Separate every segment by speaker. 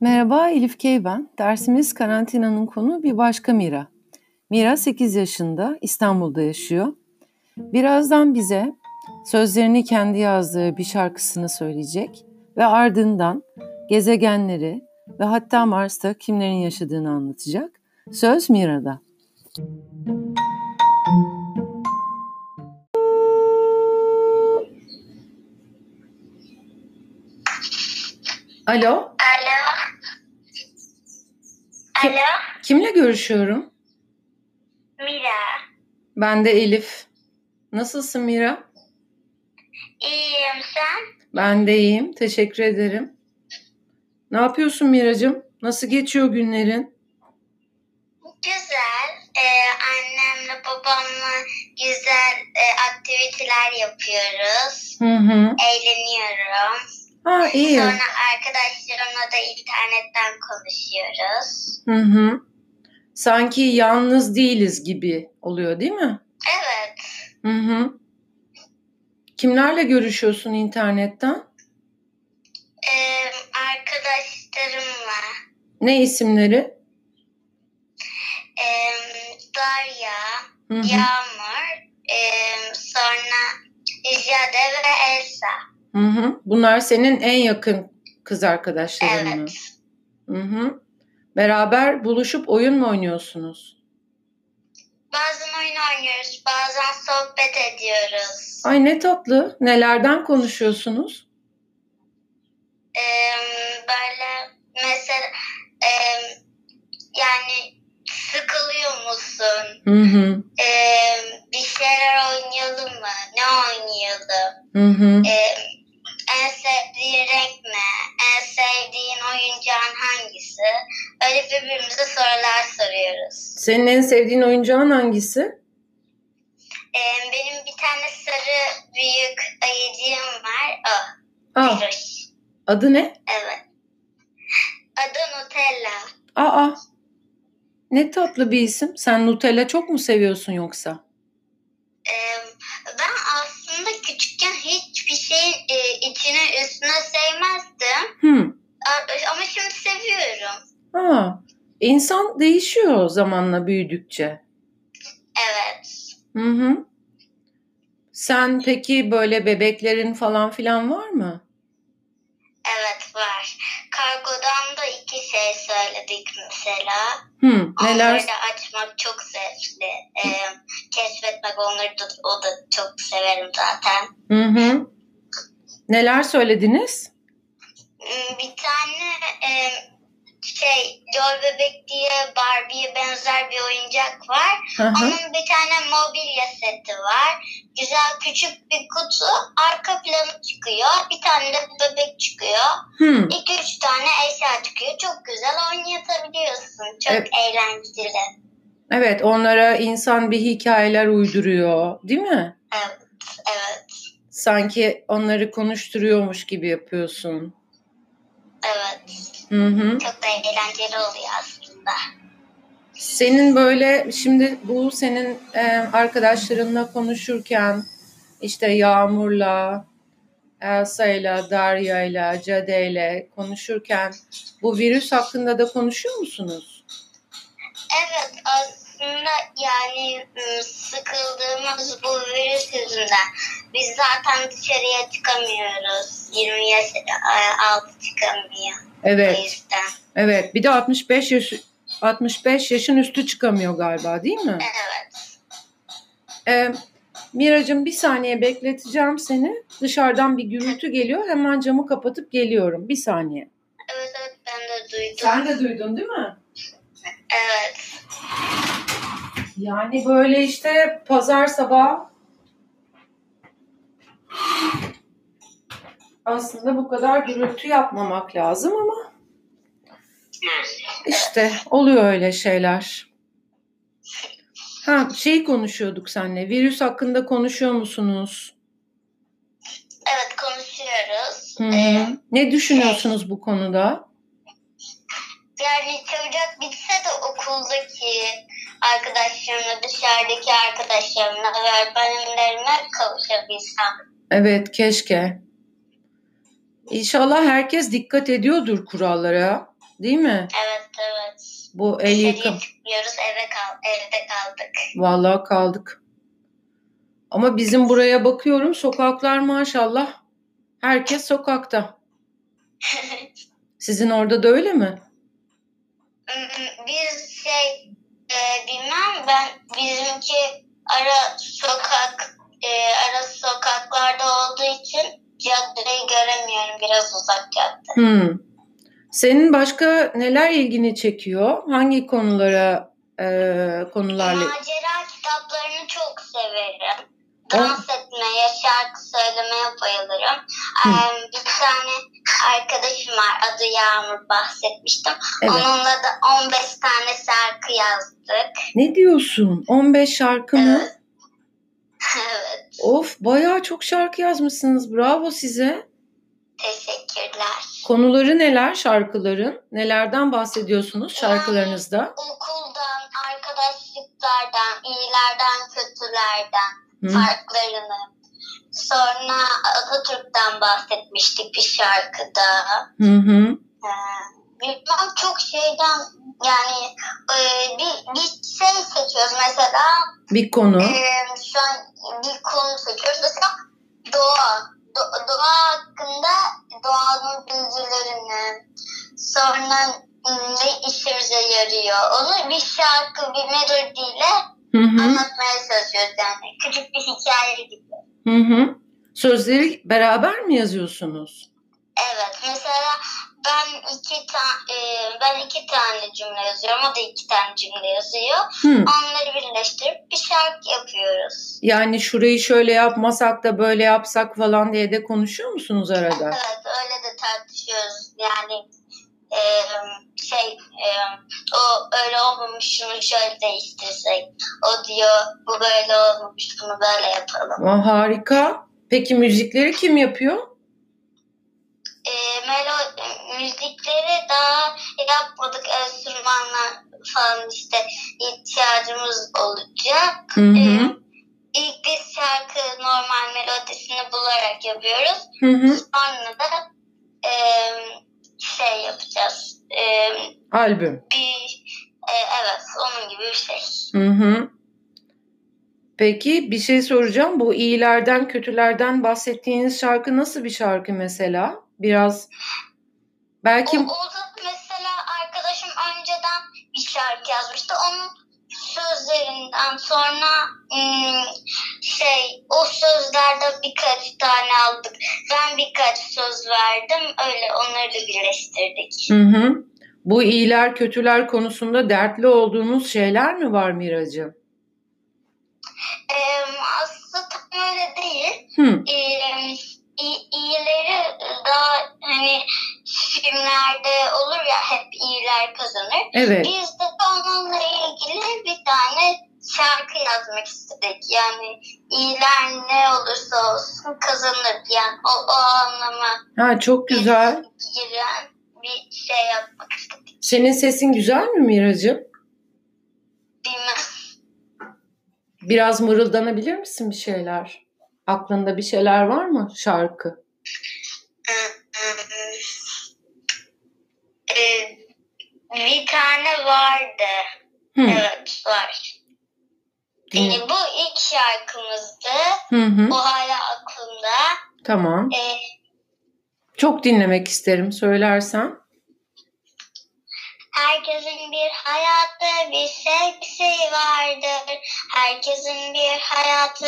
Speaker 1: Merhaba Elif Key ben. Dersimiz karantinanın konu bir başka Mira. Mira 8 yaşında, İstanbul'da yaşıyor. Birazdan bize sözlerini kendi yazdığı bir şarkısını söyleyecek ve ardından gezegenleri ve hatta Mars'ta kimlerin yaşadığını anlatacak. Söz Mira'da. Alo,
Speaker 2: Alo.
Speaker 1: Kim-
Speaker 2: Alo.
Speaker 1: kimle görüşüyorum?
Speaker 2: Mira.
Speaker 1: Ben de Elif. Nasılsın Mira?
Speaker 2: İyiyim sen?
Speaker 1: Ben de iyiyim. Teşekkür ederim. Ne yapıyorsun Miracığım? Nasıl geçiyor günlerin?
Speaker 2: Güzel. Ee, annemle babamla güzel e, aktiviteler yapıyoruz.
Speaker 1: Hı hı.
Speaker 2: Eğleniyorum.
Speaker 1: Ha iyi.
Speaker 2: Sonra arkadaşlarımla da internetten konuşuyoruz.
Speaker 1: Hı hı. Sanki yalnız değiliz gibi oluyor değil mi?
Speaker 2: Evet.
Speaker 1: Hı hı. Kimlerle görüşüyorsun internetten?
Speaker 2: Ee, arkadaşlarımla.
Speaker 1: Ne isimleri?
Speaker 2: Ee, Darya,
Speaker 1: Hı hı.
Speaker 2: Yağmur, ee, sonra Jade ve Elsa.
Speaker 1: Hı hı. Bunlar senin en yakın kız arkadaşların mı?
Speaker 2: Evet.
Speaker 1: Hı hı. Beraber buluşup oyun mu oynuyorsunuz?
Speaker 2: Bazen oyun oynuyoruz, bazen sohbet ediyoruz.
Speaker 1: Ay ne tatlı. Nelerden konuşuyorsunuz?
Speaker 2: Ee, böyle mesela ee, yani sıkılıyor musun?
Speaker 1: Hı hı.
Speaker 2: Ee, bir şeyler oynayalım mı? Ne oynayalım?
Speaker 1: Hı hı.
Speaker 2: Ee, en sevdiğin renk ne? En sevdiğin oyuncağın hangisi? Öyle birbirimize sorular soruyoruz.
Speaker 1: Senin en sevdiğin oyuncağın hangisi?
Speaker 2: Ee, benim bir tane sarı büyük ayıcığım var. Oh, O,
Speaker 1: Aa,
Speaker 2: Firuş.
Speaker 1: adı ne?
Speaker 2: Evet. Adı Nutella.
Speaker 1: Aa. Ne tatlı bir isim. Sen Nutella çok mu seviyorsun yoksa?
Speaker 2: Ee, ben aslında küçükken hiçbir şeyin e, içine üstüne sevmezdim.
Speaker 1: Hı.
Speaker 2: A- Ama şimdi seviyorum.
Speaker 1: Aa. İnsan değişiyor zamanla büyüdükçe.
Speaker 2: Evet.
Speaker 1: Hı hı. Sen peki böyle bebeklerin falan filan var mı?
Speaker 2: Evet var. Kargodan da iki şey söyledik mesela.
Speaker 1: Hı. Neler?
Speaker 2: Onları da açmak çok zevkli. Ee, keşfetmek onları da, o da çok severim zaten.
Speaker 1: Hı hı. Neler söylediniz?
Speaker 2: Hmm, Bir tane e, şey Joy Bebek diye Barbie'ye benzer bir oyuncak var.
Speaker 1: Hı hı.
Speaker 2: Onun bir tane mobilya seti var. Güzel küçük bir kutu. Arka planı çıkıyor. Bir tane de bebek çıkıyor.
Speaker 1: Hı.
Speaker 2: İki üç tane eşya çıkıyor. Çok güzel oynatabiliyorsun. Çok
Speaker 1: Evet.
Speaker 2: eğlenceli.
Speaker 1: Evet, onlara insan bir hikayeler uyduruyor, değil mi?
Speaker 2: Evet. Evet.
Speaker 1: Sanki onları konuşturuyormuş gibi yapıyorsun.
Speaker 2: Evet.
Speaker 1: Hı hı.
Speaker 2: Çok da eğlenceli oluyor aslında.
Speaker 1: Senin böyle şimdi bu senin e, arkadaşlarınla konuşurken işte Yağmur'la, Elsa'yla, Darya'yla, Cade'yle konuşurken bu virüs hakkında da konuşuyor musunuz?
Speaker 2: Evet aslında yani ım, sıkıldığımız bu virüs yüzünden biz zaten dışarıya çıkamıyoruz. 20 yaş e, altı çıkamıyor. O
Speaker 1: Evet,
Speaker 2: yüzden.
Speaker 1: evet. Bir de 65 yaş 65 yaşın üstü çıkamıyor galiba, değil mi?
Speaker 2: Evet.
Speaker 1: Ee, Miracığım bir saniye bekleteceğim seni. Dışarıdan bir gürültü geliyor. Hemen camı kapatıp geliyorum. Bir saniye.
Speaker 2: Evet evet ben de duydum.
Speaker 1: de duydun değil mi?
Speaker 2: Evet.
Speaker 1: Yani böyle işte pazar sabahı aslında bu kadar gürültü yapmamak lazım ama işte oluyor öyle şeyler. Ha şey konuşuyorduk seninle. Virüs hakkında konuşuyor musunuz?
Speaker 2: Evet konuşuyoruz.
Speaker 1: Hı
Speaker 2: Ee,
Speaker 1: hı. Ne düşünüyorsunuz bu konuda?
Speaker 2: yani çabucak bitse de okuldaki arkadaşlarımla, dışarıdaki arkadaşlarımla ve öğretmenlerime kavuşabilsem.
Speaker 1: Evet keşke. İnşallah herkes dikkat ediyordur kurallara. Değil mi?
Speaker 2: Evet evet.
Speaker 1: Bu el yıkım.
Speaker 2: Dışarıya çıkmıyoruz eve kal evde kaldık.
Speaker 1: Vallahi kaldık. Ama bizim buraya bakıyorum sokaklar maşallah. Herkes sokakta. Sizin orada da öyle mi?
Speaker 2: Hmm, Bir şey e, bilmem ben bizimki ara sokak e, ara sokaklarda olduğu için caddeyi göremiyorum biraz uzak cadde.
Speaker 1: Hmm. Senin başka neler ilgini çekiyor? Hangi konulara e, konularla?
Speaker 2: Macera kitaplarını çok severim. Dans etmeye, şarkı söylemeye bayılırım.
Speaker 1: Hı.
Speaker 2: Em, bir tane arkadaşım var adı Yağmur bahsetmiştim.
Speaker 1: Evet.
Speaker 2: Onunla da 15 tane şarkı yazdık.
Speaker 1: Ne diyorsun? 15 şarkı mı?
Speaker 2: Evet. evet,
Speaker 1: Of, bayağı çok şarkı yazmışsınız. Bravo size.
Speaker 2: teşekkürler.
Speaker 1: Konuları neler şarkıların? Nelerden bahsediyorsunuz şarkılarınızda?
Speaker 2: Okuldan, arkadaşlıklardan, iyilerden, kötülerden,
Speaker 1: Hı.
Speaker 2: farklarını. Sonra Atatürk'ten bahsetmiştik bir şarkıda.
Speaker 1: Hı hı.
Speaker 2: Ee, Bilmem çok şeyden yani e, bir, bir şey seçiyoruz mesela
Speaker 1: Bir konu.
Speaker 2: e, şu an bir konu seçiyoruz mesela doğa Do- doğa hakkında doğanın bilgilerini sonra ne işimize yarıyor onu bir şarkı bir melodiyle
Speaker 1: Hı hı.
Speaker 2: anlatmaya çalışıyoruz yani küçük bir hikaye gibi.
Speaker 1: Hı hı. Sözleri beraber mi yazıyorsunuz?
Speaker 2: Evet mesela ben iki ta- e, ben iki tane cümle yazıyorum o da iki tane cümle yazıyor.
Speaker 1: Hı.
Speaker 2: Onları birleştirip bir şarkı yapıyoruz.
Speaker 1: Yani şurayı şöyle yapmasak da böyle yapsak falan diye de konuşuyor musunuz arada?
Speaker 2: Evet öyle de tartışıyoruz yani e, şey e, o öyle olmamış şunu şöyle değiştirsek o diyor bu böyle olmamış bunu böyle yapalım.
Speaker 1: Aa, harika. Peki müzikleri kim yapıyor?
Speaker 2: E, melo e, müzikleri daha yapmadık enstrümanlar falan işte ihtiyacımız olacak.
Speaker 1: Hı hı.
Speaker 2: Ee, İlk biz şarkı normal melodisini bularak yapıyoruz.
Speaker 1: Hı hı.
Speaker 2: Sonra da e, şey yapacağız. E,
Speaker 1: Albüm.
Speaker 2: bir e, evet onun gibi bir şey.
Speaker 1: Hı hı. Peki bir şey soracağım. Bu iyilerden kötülerden bahsettiğiniz şarkı nasıl bir şarkı mesela? Biraz belki
Speaker 2: O, o da mesela arkadaşım önceden bir şarkı yazmıştı. Onun sözlerinden sonra hmm, şey o sözlerde birkaç tane aldık. Ben birkaç söz verdim. Öyle onları da birleştirdik.
Speaker 1: Hı hı. Bu iyiler kötüler konusunda dertli olduğunuz şeyler mi var Miracığım?
Speaker 2: Ee, aslında tam öyle değil.
Speaker 1: Hı.
Speaker 2: Ee, i- iyileri daha hani filmlerde olur ya hep iyiler kazanır.
Speaker 1: Evet.
Speaker 2: Biz de onunla ilgili bir tane şarkı yazmak istedik. Yani iyiler ne olursa olsun kazanır. Yani o, o anlama
Speaker 1: Ha çok güzel.
Speaker 2: giren bir şey yapmak istedik.
Speaker 1: Senin sesin güzel mi Miracığım?
Speaker 2: Bilmem.
Speaker 1: Biraz mırıldanabilir misin bir şeyler? Aklında bir şeyler var mı şarkı?
Speaker 2: Ee, bir tane vardı.
Speaker 1: Hı.
Speaker 2: Evet var.
Speaker 1: Din-
Speaker 2: Yani Ee, bu ilk şarkımızdı.
Speaker 1: Hı hı.
Speaker 2: Bu hala aklımda.
Speaker 1: Tamam.
Speaker 2: Ee,
Speaker 1: Çok dinlemek isterim söylersen.
Speaker 2: herkesin bir hayatta bir sevgisi vardır. Herkesin bir hayatı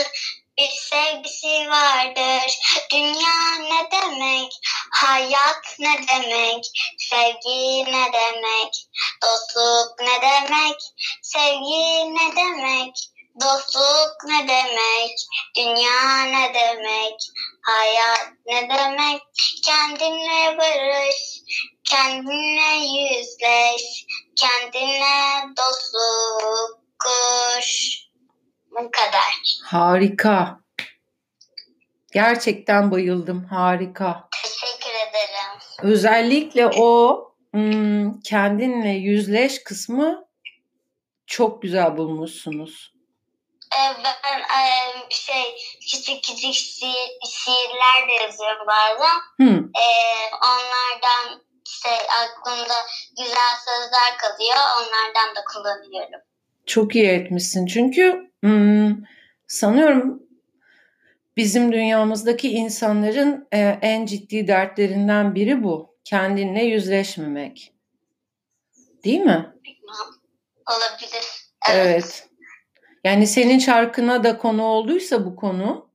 Speaker 2: bir sevgisi vardır. Dünya ne demek? Hayat ne demek? Sevgi ne demek? Dostluk ne demek? Sevgi ne demek? Dostluk ne demek? Dünya ne demek? Hayat ne demek? Kendinle barış, kendinle yüzleş, kendinle dostluk kur. Bu kadar.
Speaker 1: Harika. Gerçekten bayıldım. Harika.
Speaker 2: Teşekkür ederim.
Speaker 1: Özellikle o hmm, kendinle yüzleş kısmı çok güzel bulmuşsunuz.
Speaker 2: Ee, Ben e, şey küçük küçük şi- şiirler de yazıyorum bazen.
Speaker 1: Hı.
Speaker 2: Ee, onlardan şey aklımda güzel sözler kalıyor. Onlardan da kullanıyorum.
Speaker 1: Çok iyi etmişsin çünkü hmm, sanıyorum bizim dünyamızdaki insanların e, en ciddi dertlerinden biri bu. Kendinle yüzleşmemek. Değil mi?
Speaker 2: Olabilir.
Speaker 1: Evet. Yani senin şarkına da konu olduysa bu konu,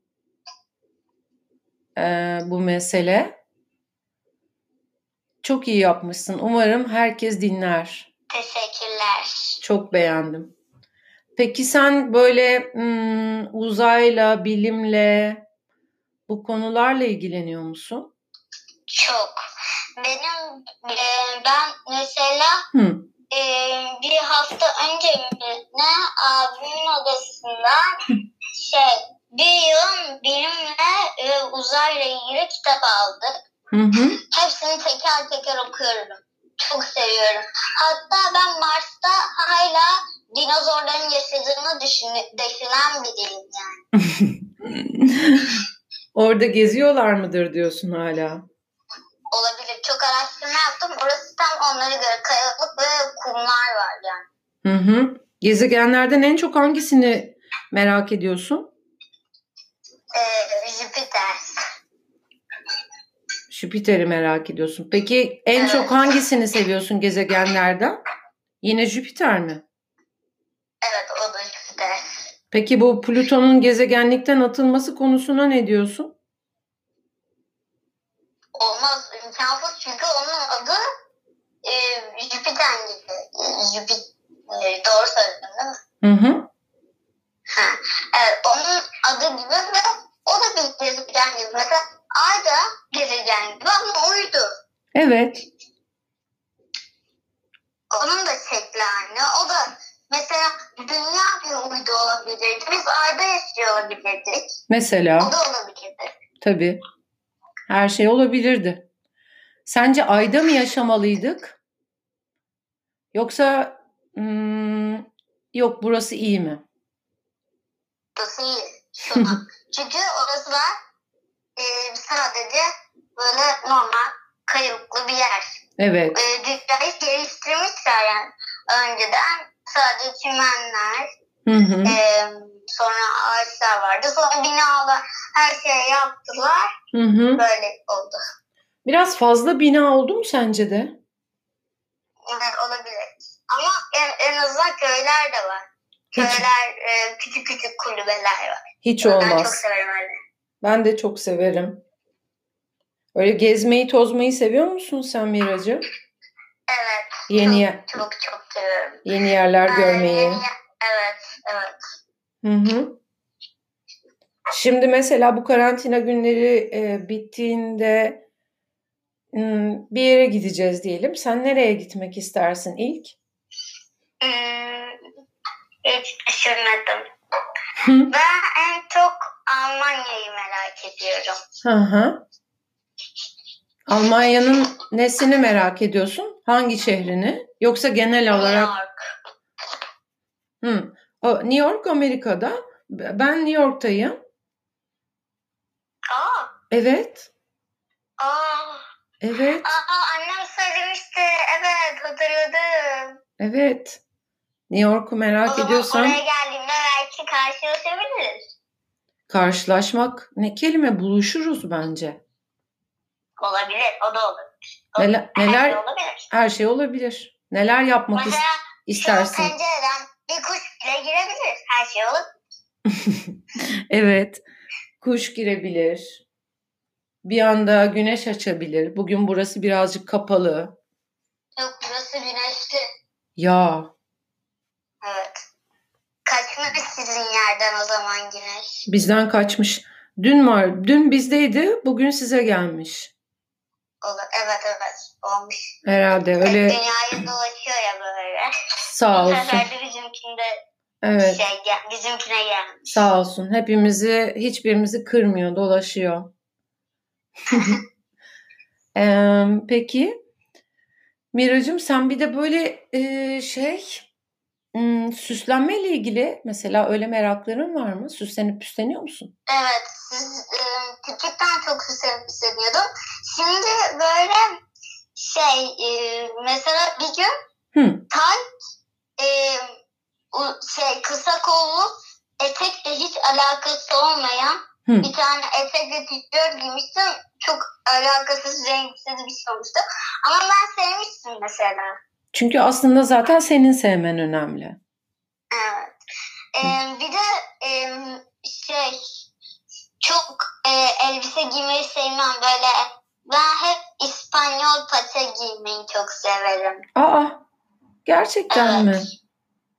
Speaker 1: e, bu mesele çok iyi yapmışsın. Umarım herkes dinler.
Speaker 2: Teşekkürler.
Speaker 1: Çok beğendim. Peki sen böyle hmm, uzayla, bilimle bu konularla ilgileniyor musun?
Speaker 2: Çok. Benim e, ben mesela
Speaker 1: Hı.
Speaker 2: e, bir hafta önce mi ne abimin odasından şey bir yığın bilimle ve uzayla ilgili kitap aldık.
Speaker 1: Hı hı.
Speaker 2: Hepsini teker teker okuyorum. Çok seviyorum. Hatta ben Mars'ta hala dinozorların yaşadığını düşün- düşünen biriyim yani.
Speaker 1: Orada geziyorlar mıdır diyorsun hala?
Speaker 2: Olabilir. Çok araştırma yaptım. Orası tam onlara göre kayalık ve kumlar var yani.
Speaker 1: Hı hı. Gezegenlerden en çok hangisini merak ediyorsun?
Speaker 2: Ee, Jüpiter.
Speaker 1: Jüpiter'i merak ediyorsun. Peki en
Speaker 2: Evet.
Speaker 1: çok hangisini seviyorsun gezegenlerden? Yine Jüpiter mi?
Speaker 2: Evet o da Jüpiter.
Speaker 1: Peki bu Plüton'un gezegenlikten atılması konusuna ne diyorsun?
Speaker 2: Olmaz. imkansız çünkü onun adı e, Jüpiter gibi. Jüpiter. e, Doğru söyledim değil mi?
Speaker 1: Hı hı.
Speaker 2: Ha, evet, onun adı gibi ve o da bir gezegen gibi. Mesela ay da gezegen gibi ama uydu.
Speaker 1: Evet.
Speaker 2: Onun da şekli aynı. O da mesela dünya bir uydu olabilirdi. Biz ayda yaşıyor olabilirdik.
Speaker 1: Mesela
Speaker 2: O da olabilirdi.
Speaker 1: tabii her şey olabilirdi. Sence ayda mı yaşamalıydık? Yoksa hmm, yok burası iyi mi?
Speaker 2: Burası iyi. şu an. Çünkü orası da e, sadece böyle normal kayıklı bir yer.
Speaker 1: Evet.
Speaker 2: E, dünyayı geliştirmişler yani. Önceden sadece çimenler,
Speaker 1: Hı hı.
Speaker 2: Ee, sonra ağaçlar vardı. Sonra binalar her şeyi yaptılar.
Speaker 1: Hı hı.
Speaker 2: Böyle oldu.
Speaker 1: Biraz fazla bina oldu mu sence de?
Speaker 2: Yani olabilir. Ama en, en azından köyler de var.
Speaker 1: Hiç
Speaker 2: Köyler, e, küçük küçük kulübeler var.
Speaker 1: hiç
Speaker 2: Ben çok
Speaker 1: olmaz.
Speaker 2: severim öyle.
Speaker 1: Ben de çok severim. Öyle gezmeyi, tozmayı seviyor musun sen Miracığım?
Speaker 2: Evet.
Speaker 1: Yeni
Speaker 2: çok,
Speaker 1: ye-
Speaker 2: Çok çok seviyorum.
Speaker 1: yeni yerler
Speaker 2: Ben
Speaker 1: görmeyi.
Speaker 2: yeni- Evet, evet.
Speaker 1: Hı hı. Şimdi mesela bu karantina günleri e, bittiğinde m, bir yere gideceğiz diyelim. Sen nereye gitmek istersin ilk?
Speaker 2: Hmm, hiç düşünmedim.
Speaker 1: Hı.
Speaker 2: Ben en çok Almanya'yı merak ediyorum.
Speaker 1: Hı hı. Almanya'nın nesini merak ediyorsun? Hangi şehrini? Yoksa genel olarak
Speaker 2: New York.
Speaker 1: Hı. O, New York Amerika'da. B- Ben New York'tayım.
Speaker 2: Aa,
Speaker 1: Evet.
Speaker 2: aa.
Speaker 1: Evet.
Speaker 2: Aa annem söylemişti. Evet hatırladım.
Speaker 1: Evet. New York'u
Speaker 2: o
Speaker 1: merak
Speaker 2: zaman
Speaker 1: ediyorsan
Speaker 2: oraya geldiğimde belki karşılaşabiliriz.
Speaker 1: karşılaşmak ne kelime buluşuruz bence.
Speaker 2: Olabilir. O da olur. O-
Speaker 1: Neler,
Speaker 2: Her şey
Speaker 1: neler
Speaker 2: olabilir.
Speaker 1: her şey olabilir. Neler yapmak is-
Speaker 2: Mesela şu
Speaker 1: istersin?
Speaker 2: pencereden bir kuş bile girebilir. Her şey olur.
Speaker 1: Evet. Kuş girebilir. Bir anda güneş açabilir. Bugün burası birazcık kapalı.
Speaker 2: Yok burası güneşli.
Speaker 1: Ya
Speaker 2: Evet. Kaçmış sizin yerden o zaman güneş.
Speaker 1: bizden kaçmış. Dün var. Dün bizdeydi. Bugün size gelmiş.
Speaker 2: Olur. Evet evet olmuş.
Speaker 1: Herhalde öyle
Speaker 2: Dünyayı dolaşıyor ya böyle.
Speaker 1: sağ
Speaker 2: Bu
Speaker 1: olsun.
Speaker 2: sefer de bizimkinde
Speaker 1: Evet.
Speaker 2: şey, gel- bizimkine gelmiş.
Speaker 1: Sağ olsun. Hepimizi, hiçbirimizi kırmıyor, dolaşıyor. Eee, peki. Miracım sen bir de böyle eee, şey hmm, süslenmeyle ilgili mesela öyle merakların var mı? Süslenip püsleniyor musun?
Speaker 2: Evet, siz e, küçükten çok süslenip hissediyordum. Şimdi böyle şey e, mesela bir gün
Speaker 1: Hı.
Speaker 2: Tay e, u- şey kısa kollu etekle hiç alakası olmayan
Speaker 1: Hı.
Speaker 2: bir tane etekle tişört giymişti. Çok alakasız renksiz bir şey olmuştu. Ama ben sevmiştim mesela.
Speaker 1: Çünkü aslında zaten senin sevmen önemli.
Speaker 2: Evet. Ee, bir de e, şey çok e, elbise giymeyi sevmem böyle. Ben hep İspanyol paça giymeyi çok severim.
Speaker 1: Aa, gerçekten mi?
Speaker 2: Evet.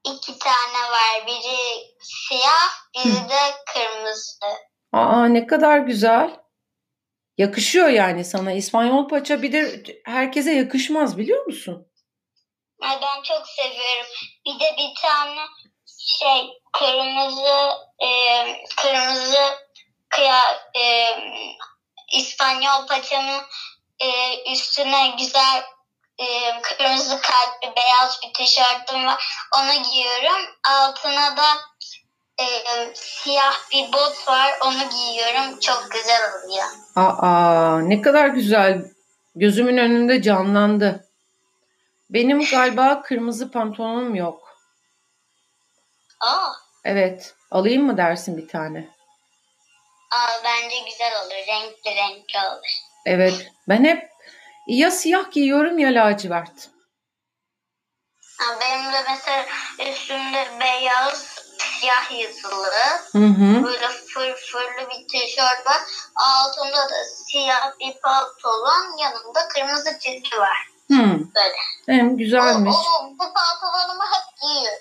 Speaker 2: İki tane var. Biri siyah, biri de kırmızı.
Speaker 1: Aa ne kadar güzel. Yakışıyor yani sana İspanyol paça bir de herkese yakışmaz biliyor musun?
Speaker 2: Ay, ben çok seviyorum. Bir de bir tane şey kırmızı e, kırmızı kıya e, İspanyol paçanın e, üstüne güzel e, kırmızı kalpli beyaz bir tişörtüm var. Onu giyiyorum. Altına da e, siyah bir bot var. Onu giyiyorum. Çok güzel oluyor.
Speaker 1: Aa ne kadar güzel. Gözümün önünde canlandı. Benim galiba kırmızı pantolonum yok.
Speaker 2: Aa,
Speaker 1: Evet. Alayım mı dersin bir tane?
Speaker 2: aa bence güzel olur. Renkli renkli olur.
Speaker 1: Evet. Ben hep ya siyah giyiyorum ya lacivert.
Speaker 2: Ha, Benim de mesela üstümde beyaz siyah yazılı
Speaker 1: Hı hı.
Speaker 2: böyle fırfırlı bir tişört var. Altında da siyah bir pantolon yanında kırmızı çizgi var.
Speaker 1: Hı.
Speaker 2: Böyle.
Speaker 1: Hem güzelmiş.
Speaker 2: O, o- bu pantolonumu hep giyiyorum.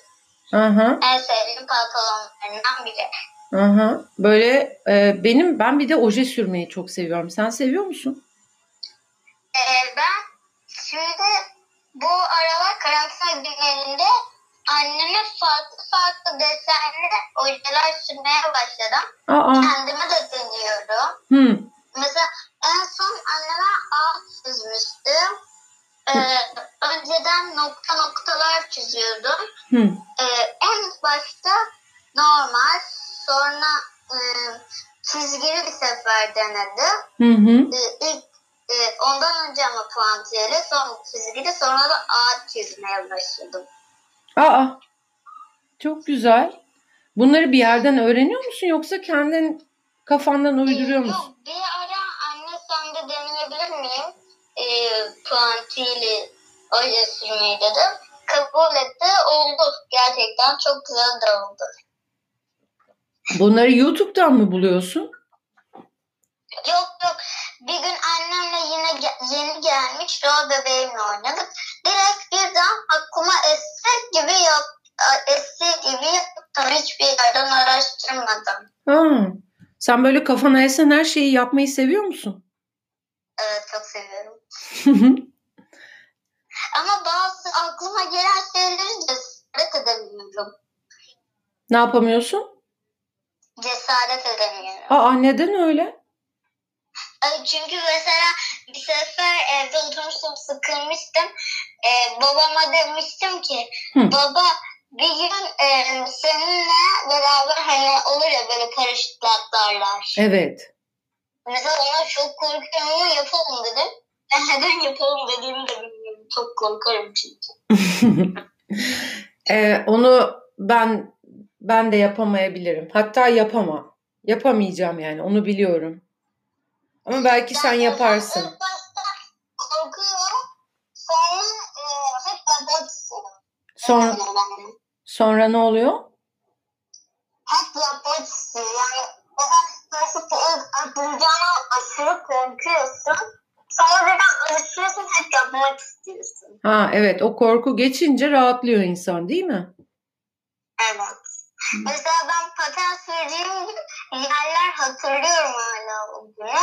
Speaker 1: Aha.
Speaker 2: En sevdiğim pantolonlarından biri.
Speaker 1: Aha. Böyle e, benim ben bir de oje sürmeyi çok seviyorum. Sen seviyor musun?
Speaker 2: Ee, ben şimdi bu aralar karantina günlerinde anneme farklı farklı desenli ojeler sürmeye başladım.
Speaker 1: Aa.
Speaker 2: Kendime de deniyorum.
Speaker 1: Hı.
Speaker 2: Mesela en son anneme ağ çizmiştim. Ee, önceden nokta noktalar çiziyordum.
Speaker 1: Hı.
Speaker 2: Ee, en başta normal, sonra e, çizgili bir sefer denedim.
Speaker 1: Hı hı.
Speaker 2: Ee, ilk e, ondan önce ama puantiyeli, sonra çizgili, sonra da ağ çizmeye başladım.
Speaker 1: Aa. Çok güzel. Bunları bir yerden öğreniyor musun yoksa kendin kafandan uyduruyor musun?
Speaker 2: Ee, Yok, bir ara anne sen de deneyebilir miyim? Ee, puantiyeli öyle sürmeyi dedim. Kabul etti. Oldu. Gerçekten çok güzel de oldu.
Speaker 1: Bunları YouTube'dan mı buluyorsun?
Speaker 2: Yok yok. Bir gün annemle yine ge- yeni gelmiş rol bebeğimle oynadık. Direkt birden aklıma esti gibi yap esti gibi yaptım. Hiçbir yerden araştırmadım.
Speaker 1: Ha. Sen böyle kafana esen her şeyi yapmayı seviyor musun?
Speaker 2: Evet çok seviyorum. Ama bazı aklıma gelen şeyleri cesaret edemiyorum.
Speaker 1: ne yapamıyorsun?
Speaker 2: Cesaret edemiyorum.
Speaker 1: Aa neden öyle?
Speaker 2: Ay, Çünkü mesela bir sefer evde oturmuştum sıkılmıştım. Ee, babama demiştim ki
Speaker 1: Hı.
Speaker 2: baba bir gün e, seninle beraber hani olur ya böyle paraşütle atlarlar.
Speaker 1: Evet.
Speaker 2: Mesela ona çok korkuyorum ama yapalım dedim. Ben neden yapalım dediğimi de bilmiyorum. Çok korkarım çünkü.
Speaker 1: Ee, onu ben ben de yapamayabilirim. Hatta yapamam. Yapamayacağım yani onu biliyorum. Ama belki sen
Speaker 2: Ben o zaman
Speaker 1: yaparsın.
Speaker 2: ilk başta korkuyorum. Sonra e, hep yapmak istiyorum.
Speaker 1: Sonra
Speaker 2: Yani.
Speaker 1: sonra ne oluyor?
Speaker 2: hep yapmak istiyor. Yani mesela nasıl ki ilk atlayacağına aşırı korkuyorsun. Sonra birden alışıyorsun hep yapmak istiyorsun.
Speaker 1: Ha evet o korku geçince rahatlıyor insan değil mi?
Speaker 2: Evet. Mesela ben paten sürdüğüm gibi yerler hatırlıyorum hala o günü.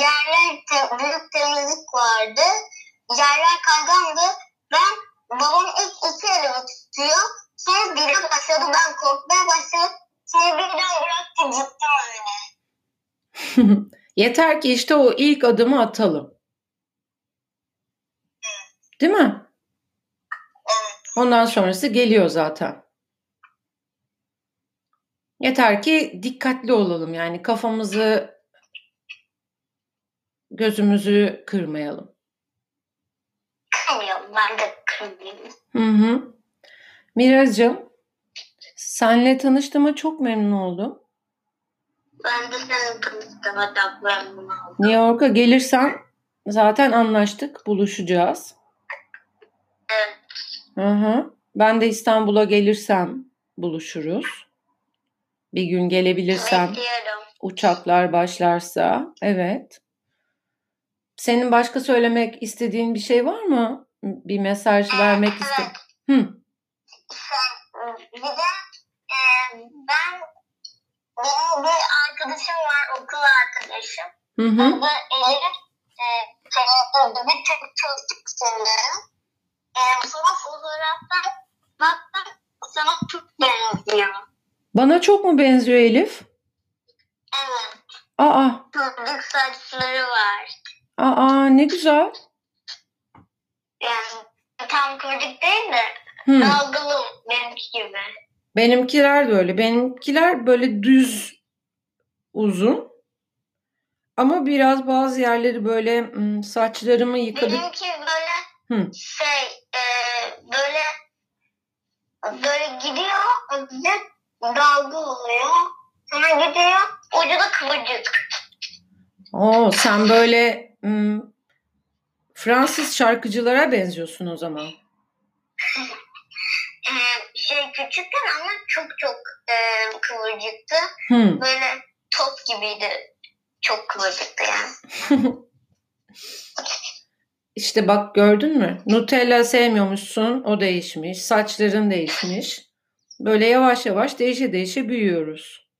Speaker 2: Yerler te- büyük temizlik vardı. Yerler kaygandı. Ben babam ilk iki elimi tutuyor. Sonra biri başladı ben korkmaya başladım. Sonra birden bıraktı gitti öyle.
Speaker 1: Yeter ki işte o ilk adımı atalım. Değil mi? Ondan sonrası geliyor zaten. Yeter ki dikkatli olalım yani kafamızı gözümüzü kırmayalım.
Speaker 2: ben de kırmızıyım.
Speaker 1: Hı hı. Miracığım, senle tanıştığıma çok memnun oldum.
Speaker 2: Ben de senin kırmızıdan adaplarımı aldım.
Speaker 1: New York'a gelirsen zaten anlaştık, buluşacağız.
Speaker 2: Evet.
Speaker 1: Hı hı. Ben de İstanbul'a gelirsem buluşuruz. Bir gün gelebilirsen,
Speaker 2: Bekliyorum.
Speaker 1: uçaklar başlarsa, evet. Senin başka söylemek istediğin bir şey var mı? Bir mesaj vermek iste.
Speaker 2: Evet. Şey,
Speaker 1: Hı.
Speaker 2: Bir de e, ben benim bir arkadaşım var okul arkadaşım.
Speaker 1: Hı
Speaker 2: Hı?
Speaker 1: hı.
Speaker 2: Bu Elif e, kanatlarında bir Türk çalıştık sanırım. E, sonra fotoğraftan baktım sana çok benziyor.
Speaker 1: Bana çok mu benziyor Elif?
Speaker 2: Evet.
Speaker 1: Aa,
Speaker 2: Çocuk saçları var.
Speaker 1: aa ne güzel.
Speaker 2: Yani tam kıvırcık değil de
Speaker 1: Hı.
Speaker 2: dalgalı benimki gibi.
Speaker 1: Benimkiler de öyle. Benimkiler böyle düz uzun. Ama biraz bazı yerleri böyle hmm, saçlarımı yıkadık.
Speaker 2: Benimki böyle
Speaker 1: Hı.
Speaker 2: şey e, böyle böyle gidiyor ve dalga oluyor. Sonra gidiyor ucu da kıvırcık.
Speaker 1: Oo sen böyle hmm, Fransız şarkıcılara benziyorsun o zaman.
Speaker 2: E, şey küçükken ama çok çok e, kıvırcıktı.
Speaker 1: Hmm.
Speaker 2: Böyle top gibiydi. Çok kıvırcıktı yani.
Speaker 1: İşte bak gördün mü? Nutella sevmiyormuşsun, o değişmiş. Saçların değişmiş. Böyle yavaş yavaş değişe değişe büyüyoruz.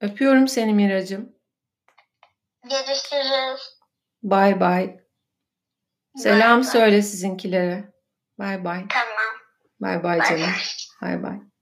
Speaker 1: Öpüyorum seni Miracım.
Speaker 2: Görüşürüz.
Speaker 1: Bay bay. Selam
Speaker 2: Bay bay.
Speaker 1: söyle sizinkilere. Bay bay.
Speaker 2: Tamam.
Speaker 1: Bay bay
Speaker 2: Bay
Speaker 1: canım. Bay
Speaker 2: bay.
Speaker 1: bay.